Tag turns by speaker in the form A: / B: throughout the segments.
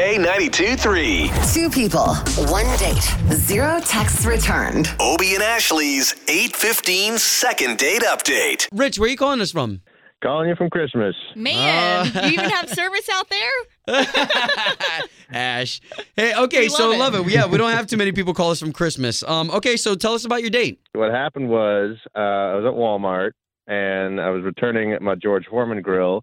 A: K92 3.
B: Two people, one date, zero texts returned.
A: Obie and Ashley's 815 second date update.
C: Rich, where are you calling us from?
D: Calling you from Christmas.
E: Man, you even have service out there?
C: Ash. Hey, okay,
E: We
C: so
E: love it.
C: love it. Yeah, we don't have too many people call us from Christmas. Um, okay, so tell us about your date.
D: What happened was uh, I was at Walmart and I was returning my George Foreman grill,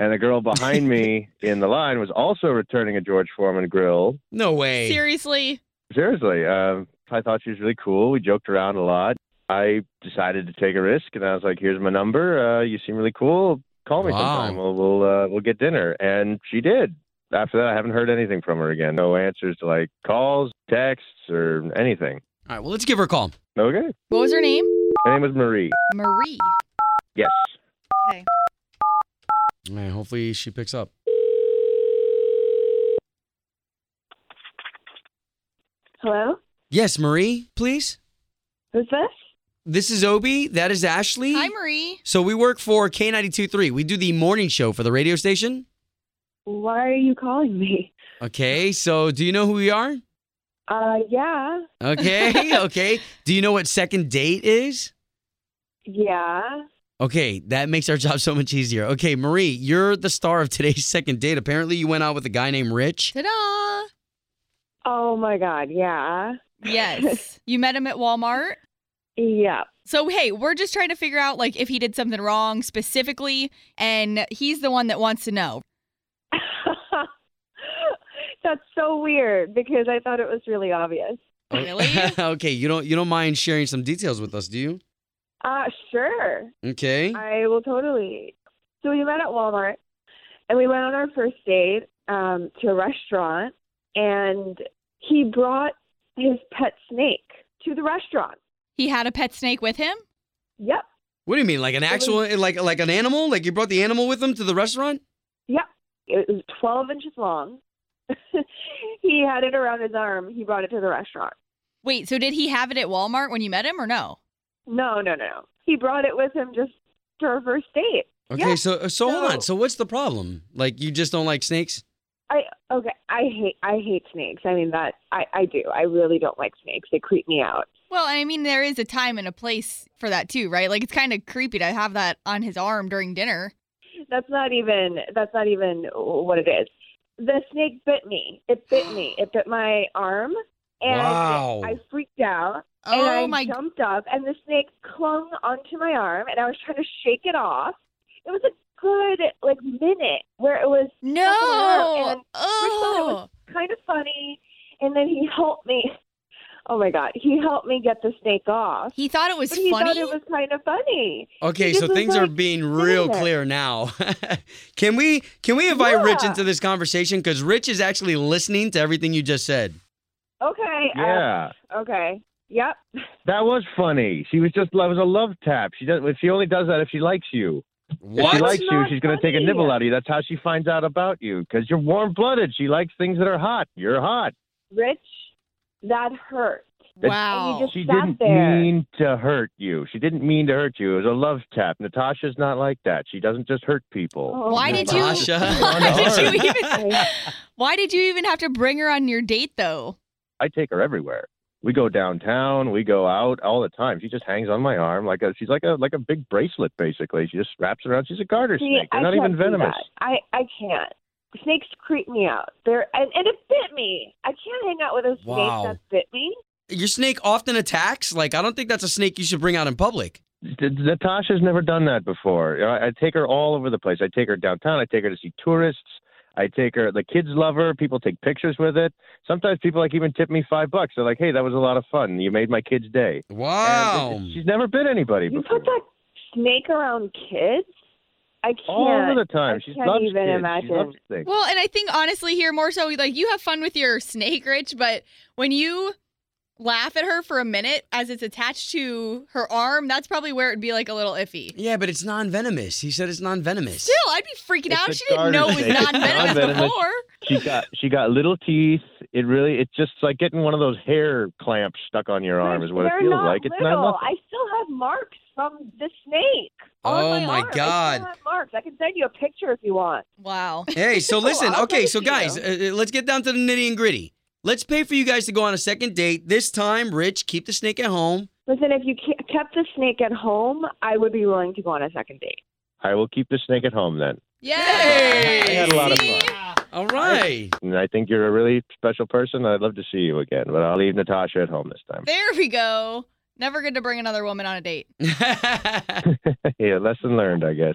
D: and the girl behind me in the line was also returning a George Foreman grill.
C: No way.
E: Seriously?
D: Seriously, uh, I thought she was really cool. We joked around a lot. I decided to take a risk, and I was like, "Here's my number. Uh, you seem really cool. Call me
C: Wow.
D: sometime. We'll we'll uh, we'll get dinner." And she did. After that, I haven't heard anything from her again. No answers to like calls, texts, or anything.
C: All right, well, let's give her a call.
D: Okay.
E: What was her name?
D: Her name was Marie.
E: Marie.
D: Yes.
C: All right, hopefully she picks up.
F: Hello?
C: Yes, Marie, please.
F: Who's this?
C: This is Obi. That is Ashley.
E: Hi, Marie.
C: So we work for K92.3. We do the morning show for the radio station.
F: Why are you calling me?
C: Okay, so do you know who we are?
F: Uh, yeah.
C: Okay, okay. Do you know what second date is?
F: Yeah.
C: Okay, that makes our job so much easier. Okay, Marie, you're the star of today's second date. Apparently, you went out with a guy named Rich.
E: Ta
F: Oh my god, yeah.
E: da! Yes. you met him at Walmart.
F: Yeah.
E: So, hey, we're just trying to figure out like if he did something wrong specifically, and he's the one that wants to know.
F: That's so weird because I thought it was really obvious.
E: Really?
C: okay, you don't you don't mind sharing some details with us, do you?
F: Uh, sure.
C: Okay.
F: I will totally. So we met at Walmart and we went on our first date um, to a restaurant and he brought his pet snake to the restaurant.
E: he had a pet snake with him?
F: Yep.
C: What do you mean, like an actual like like an animal? Like you brought the animal with him to the restaurant?
F: Yep. It was 12 inches long. he had it around his arm. He brought it to the restaurant.
E: Wait, so did he have it at Walmart when you met him or no?
F: No, no, no. He brought it with him just to our first date.
C: Okay,
F: Yeah.
C: so so hold on.
F: No.
C: So what's the problem? Like you just don't like snakes?
F: I okay. I hate I hate snakes. I mean that I I do. I really don't like snakes. They creep me out.
E: Well, I mean, there is a time and a place for that too, right? Like, it's kind of creepy to have that on his arm during dinner.
F: That's not even that's not even what it is. The snake bit me. It bit me. It bit my arm, and
C: Wow.
F: I freaked out.
E: Oh,
F: and I
E: my g-
F: jumped up, and the snake clung onto my arm, and I was trying to shake it off. It was a good like minute where it was
E: No.
F: And
E: Oh.
F: kind of funny, and then he helped me. Oh my god, he helped me get the snake off.
E: He thought it was
F: but he
E: funny.
F: thought it was kind of funny.
C: Okay,
F: He
C: so
F: was
C: things are
F: like,
C: being
F: "Sit
C: real
F: there."
C: clear now. can we can we invite Rich
F: Yeah.
C: into this conversation? Because Rich is actually listening to everything you just said.
F: Okay. uh,
D: Yeah.
F: okay. Yep.
D: That was funny. She was just that was a love tap. She does she only does that if she likes you. If she
C: What?
D: likes you,
F: not
D: she's going to take a
F: funny.
D: nibble out of you. That's how she finds out about you because you're warm blooded. She likes things that are hot. You're hot.
F: Rich, that hurt.
E: wow.
F: and you just-
D: She
F: Stop
D: didn't
F: there.
D: mean to hurt you. She didn't mean to hurt you. It was a love tap. Natasha's not like that. She doesn't just hurt people.
F: Oh
E: Why
F: my
E: did you-
F: God.
C: Natasha.
E: why did you even?
F: I-
E: Why did you even have to bring her on your date though?
D: I take her everywhere. We go downtown. We go out all the time. She just hangs on my arm like a she's like a like a big bracelet basically. She just wraps around. She's a garter
F: See,
D: snake. They're
F: I
D: not
F: can't
D: even
F: do
D: venomous.
F: that. I I can't. Snakes creep me out. They're and, and it bit me. I can't hang out with a snake
C: Wow.
F: that bit me.
C: Your snake often attacks. Like I don't think that's a snake you should bring out in public.
D: D- Natasha's never done that before. I, I take her all over the place. I take her downtown. I take her to see tourists. I take her. The kids love her. People take pictures with it. Sometimes people like even tip me five bucks. They're like, "Hey, that was a lot of fun. You made my kid's day." And
C: Wow.
D: it- it- she's never bit anybody
F: You
D: before.
F: put that snake around kids? I I can't.
D: all the time.
F: I
D: She
F: can't
D: loves
F: even
D: kids.
F: imagine.
D: She loves things.
E: Well, and I think honestly here more so like you have fun with your snake, Rich, but when you laugh at her for a minute as it's attached to her arm, that's probably where it'd be like a little iffy.
C: Yeah, but it's non-venomous. He said it's non-venomous.
E: Still, I'd be freaking
D: It's
E: out.
D: a
E: She didn't know it was
D: garden snake. It's
E: non-venomous
D: non-venomous.
E: before.
D: she got she got little teeth. It really it's just like getting one of those hair clamps stuck on your arm is what it
F: They're
D: feels
F: not
D: like. It's
F: little.
D: not nothing.
F: I still have marks from the snake. on
C: Oh, my
F: arm. I
C: God.
F: still have marks. I can send you a picture if you want.
E: Wow.
C: Hey, so listen,
F: I'll
C: okay,
F: give it
C: so
F: to
C: guys, uh, uh, let's get down to the nitty and gritty. Let's pay for you guys to go on a second date. This time, Rich, keep the snake at home.
F: Listen, if you ke- kept the snake at home, I would be willing to go on a second date.
D: I will keep the snake at home then.
E: Yay!
C: Hey! I had
D: a lot of
E: See?
C: All right.
D: And I think you're a really special person. I'd love to see you again, but I'll leave Natasha at home this time.
E: There we go. Never good to bring another woman on a date.
D: yeah, lesson learned, I guess.